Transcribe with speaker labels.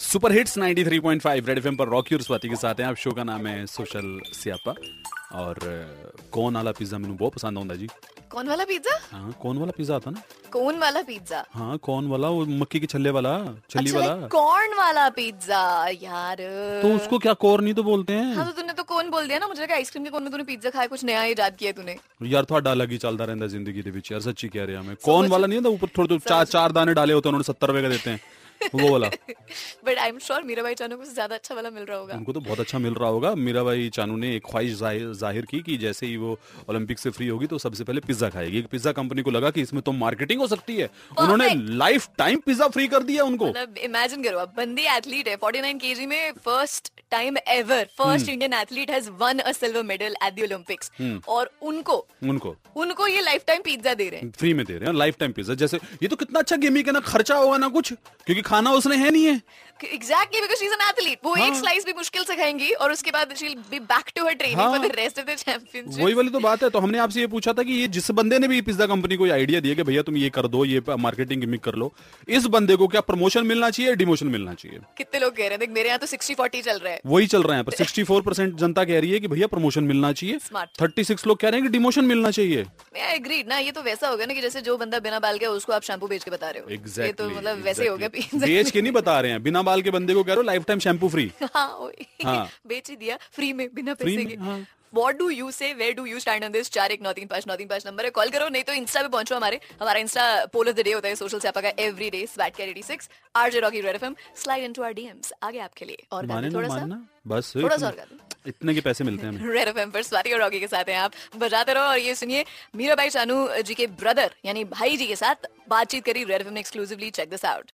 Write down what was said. Speaker 1: Super hits 93.5 red FM पर Rocky और स्वाति के साथ हैं आप शो का नाम है सोशल स्यापा और अ, कौन वाला पिज्जा ਮੈਨੂੰ ਬਹੁਤ ਪਸੰਦ ਆਉਂਦਾ ਜੀ
Speaker 2: कौन वाला पिज्जा
Speaker 1: ਹਾਂ ਕੌਨ ਵਾਲਾ ਪਿਜ਼ਾ ਆਤਾ ਨਾ
Speaker 2: कौन वाला पिज्जा
Speaker 1: ਹਾਂ हाँ, कौन वाला वो मक्की के छल्ले वाला छल्ली
Speaker 2: अच्छा
Speaker 1: वाला
Speaker 2: लाइक कॉर्न वाला पिज्जा यार
Speaker 1: तो उसको क्या कॉर्न ही तो बोलते
Speaker 2: हाँ
Speaker 1: हैं
Speaker 2: तो तूने तो कौन बोल दिया ना मुझे लगा आइसक्रीम के कौन में तूने पिज्जा खाया कुछ नया इजाद किया तूने
Speaker 1: ਯਾਰ ਤੁਹਾਡਾ ਅਲੱਗ ਹੀ ਚੱਲਦਾ ਰਹਿੰਦਾ ਜ਼ਿੰਦਗੀ ਦੇ ਵਿੱਚ ਯਾਰ ਸੱਚੀ ਕਹਿ ਰਿਹਾ ਮੈਂ ਕੌਨ ਵਾਲਾ ਨਹੀਂ ਹੁੰਦਾ ਉੱਪਰ ਥੋੜੇ ਤੋਂ ਚਾਰ ਚਾਰ ਦਾਣੇ ਡਾਲੇ ਹੋਤੇ ਉਹਨਾਂ ਨੂੰ 70 रुपए का देते हैं वो वाला
Speaker 2: but I am sure Mirabai Chanu को ज्यादा अच्छा वाला मिल रहा होगा
Speaker 1: उनको तो बहुत अच्छा मिल रहा होगा मीरा भाई चानू ने एक ख्वाहिश जाहिर, जाहिर की कि जैसे ही वो ओलंपिक से फ्री होगी तो सबसे पहले पिज्जा खाएगी एक पिज्जा कंपनी को लगा कि इसमें तो मार्केटिंग हो सकती है उन्होंने लाइफ टाइम पिज्जा फ्री कर दिया उनको
Speaker 2: मतलब इमेजिन करो आप बंदी एथलीट है 49 केजी में first time ever first Indian athlete has won a silver medal at the Olympics और उनको
Speaker 1: उनको
Speaker 2: उनको ये लाइफ टाइम पिज्जा दे रहे हैं
Speaker 1: फ्री में दे रहे हैं लाइफ टाइम पिज्जा जैसे ये तो कितना अच्छा गेमिंग है ना खर्चा होगा ना कुछ क्योंकि खाना उसने है नहीं है
Speaker 2: exactly because she is an athlete वो एक स्लाइस भी मुश्किल से खाएंगी और उसके बाद she be back to her training for the rest of the championship
Speaker 1: वही वाली तो बात है तो हमने आपसे ये पूछा था कि ये जिस बंदे ने भी पिज्जा कंपनी को ये आइडिया दिया कि भैया तुम ये कर दो ये मार्केटिंग गिमिक कर लो इस बंदे को क्या प्रमोशन मिलना चाहिए डिमोशन मिलना चाहिए
Speaker 2: कितने लोग कह रहे हैं देख मेरे यहाँ तो 60 40 चल रहा है
Speaker 1: वही चल रहा है पर 64 परसेंट जनता कह रही है कि भैया प्रमोशन मिलना चाहिए
Speaker 2: Smart.
Speaker 1: 36 लोग कह रहे हैं कि डिमोशन मिलना चाहिए
Speaker 2: मैं एग्रीड ना ये तो वैसा हो गया ना कि जैसे जो बंदा बिना बाल का है, उसको आप शैम्पू बेच के बता रहे हो ये तो
Speaker 1: Exactly,
Speaker 2: मतलब वैसे ही हो गया
Speaker 1: exactly.
Speaker 2: pizza।
Speaker 1: बेच के नहीं बता रहे हैं बिना बाल के बंदे को कह रहे हो लाइफ टाइम शैम्पू फ्री
Speaker 2: हाँ, वही।
Speaker 1: हाँ।
Speaker 2: बेच ही दिया फ्री में बिना
Speaker 1: Free
Speaker 2: पैसे
Speaker 1: में,
Speaker 2: के
Speaker 1: हाँ।
Speaker 2: What do you say where do you stand on this चार एक नौ तीन पाँच नौ तीन पाँच नंबर है कॉल करो नहीं तो इंस्टा पे पहुंचो हमारे हमारा Insta poll of the day होता है सोशल सेपा का every day स्वैट cat eighty six R J Rocky red F M slide into our DMs आगे आपके लिए और गाते
Speaker 1: माने ना
Speaker 2: थोड़ा सा
Speaker 1: मानना बस
Speaker 2: थोड़ा सा और कर
Speaker 1: इतने के पैसे मिलते हैं हमें
Speaker 2: रेड एफ एम पर स्वाति और रॉकी के साथ हैं आप बजाते रहो और ये सुनिए मीरा भाई चानू जी के ब्रदर यानी भाई जी के साथ बातचीत करी red F M exclusively check this out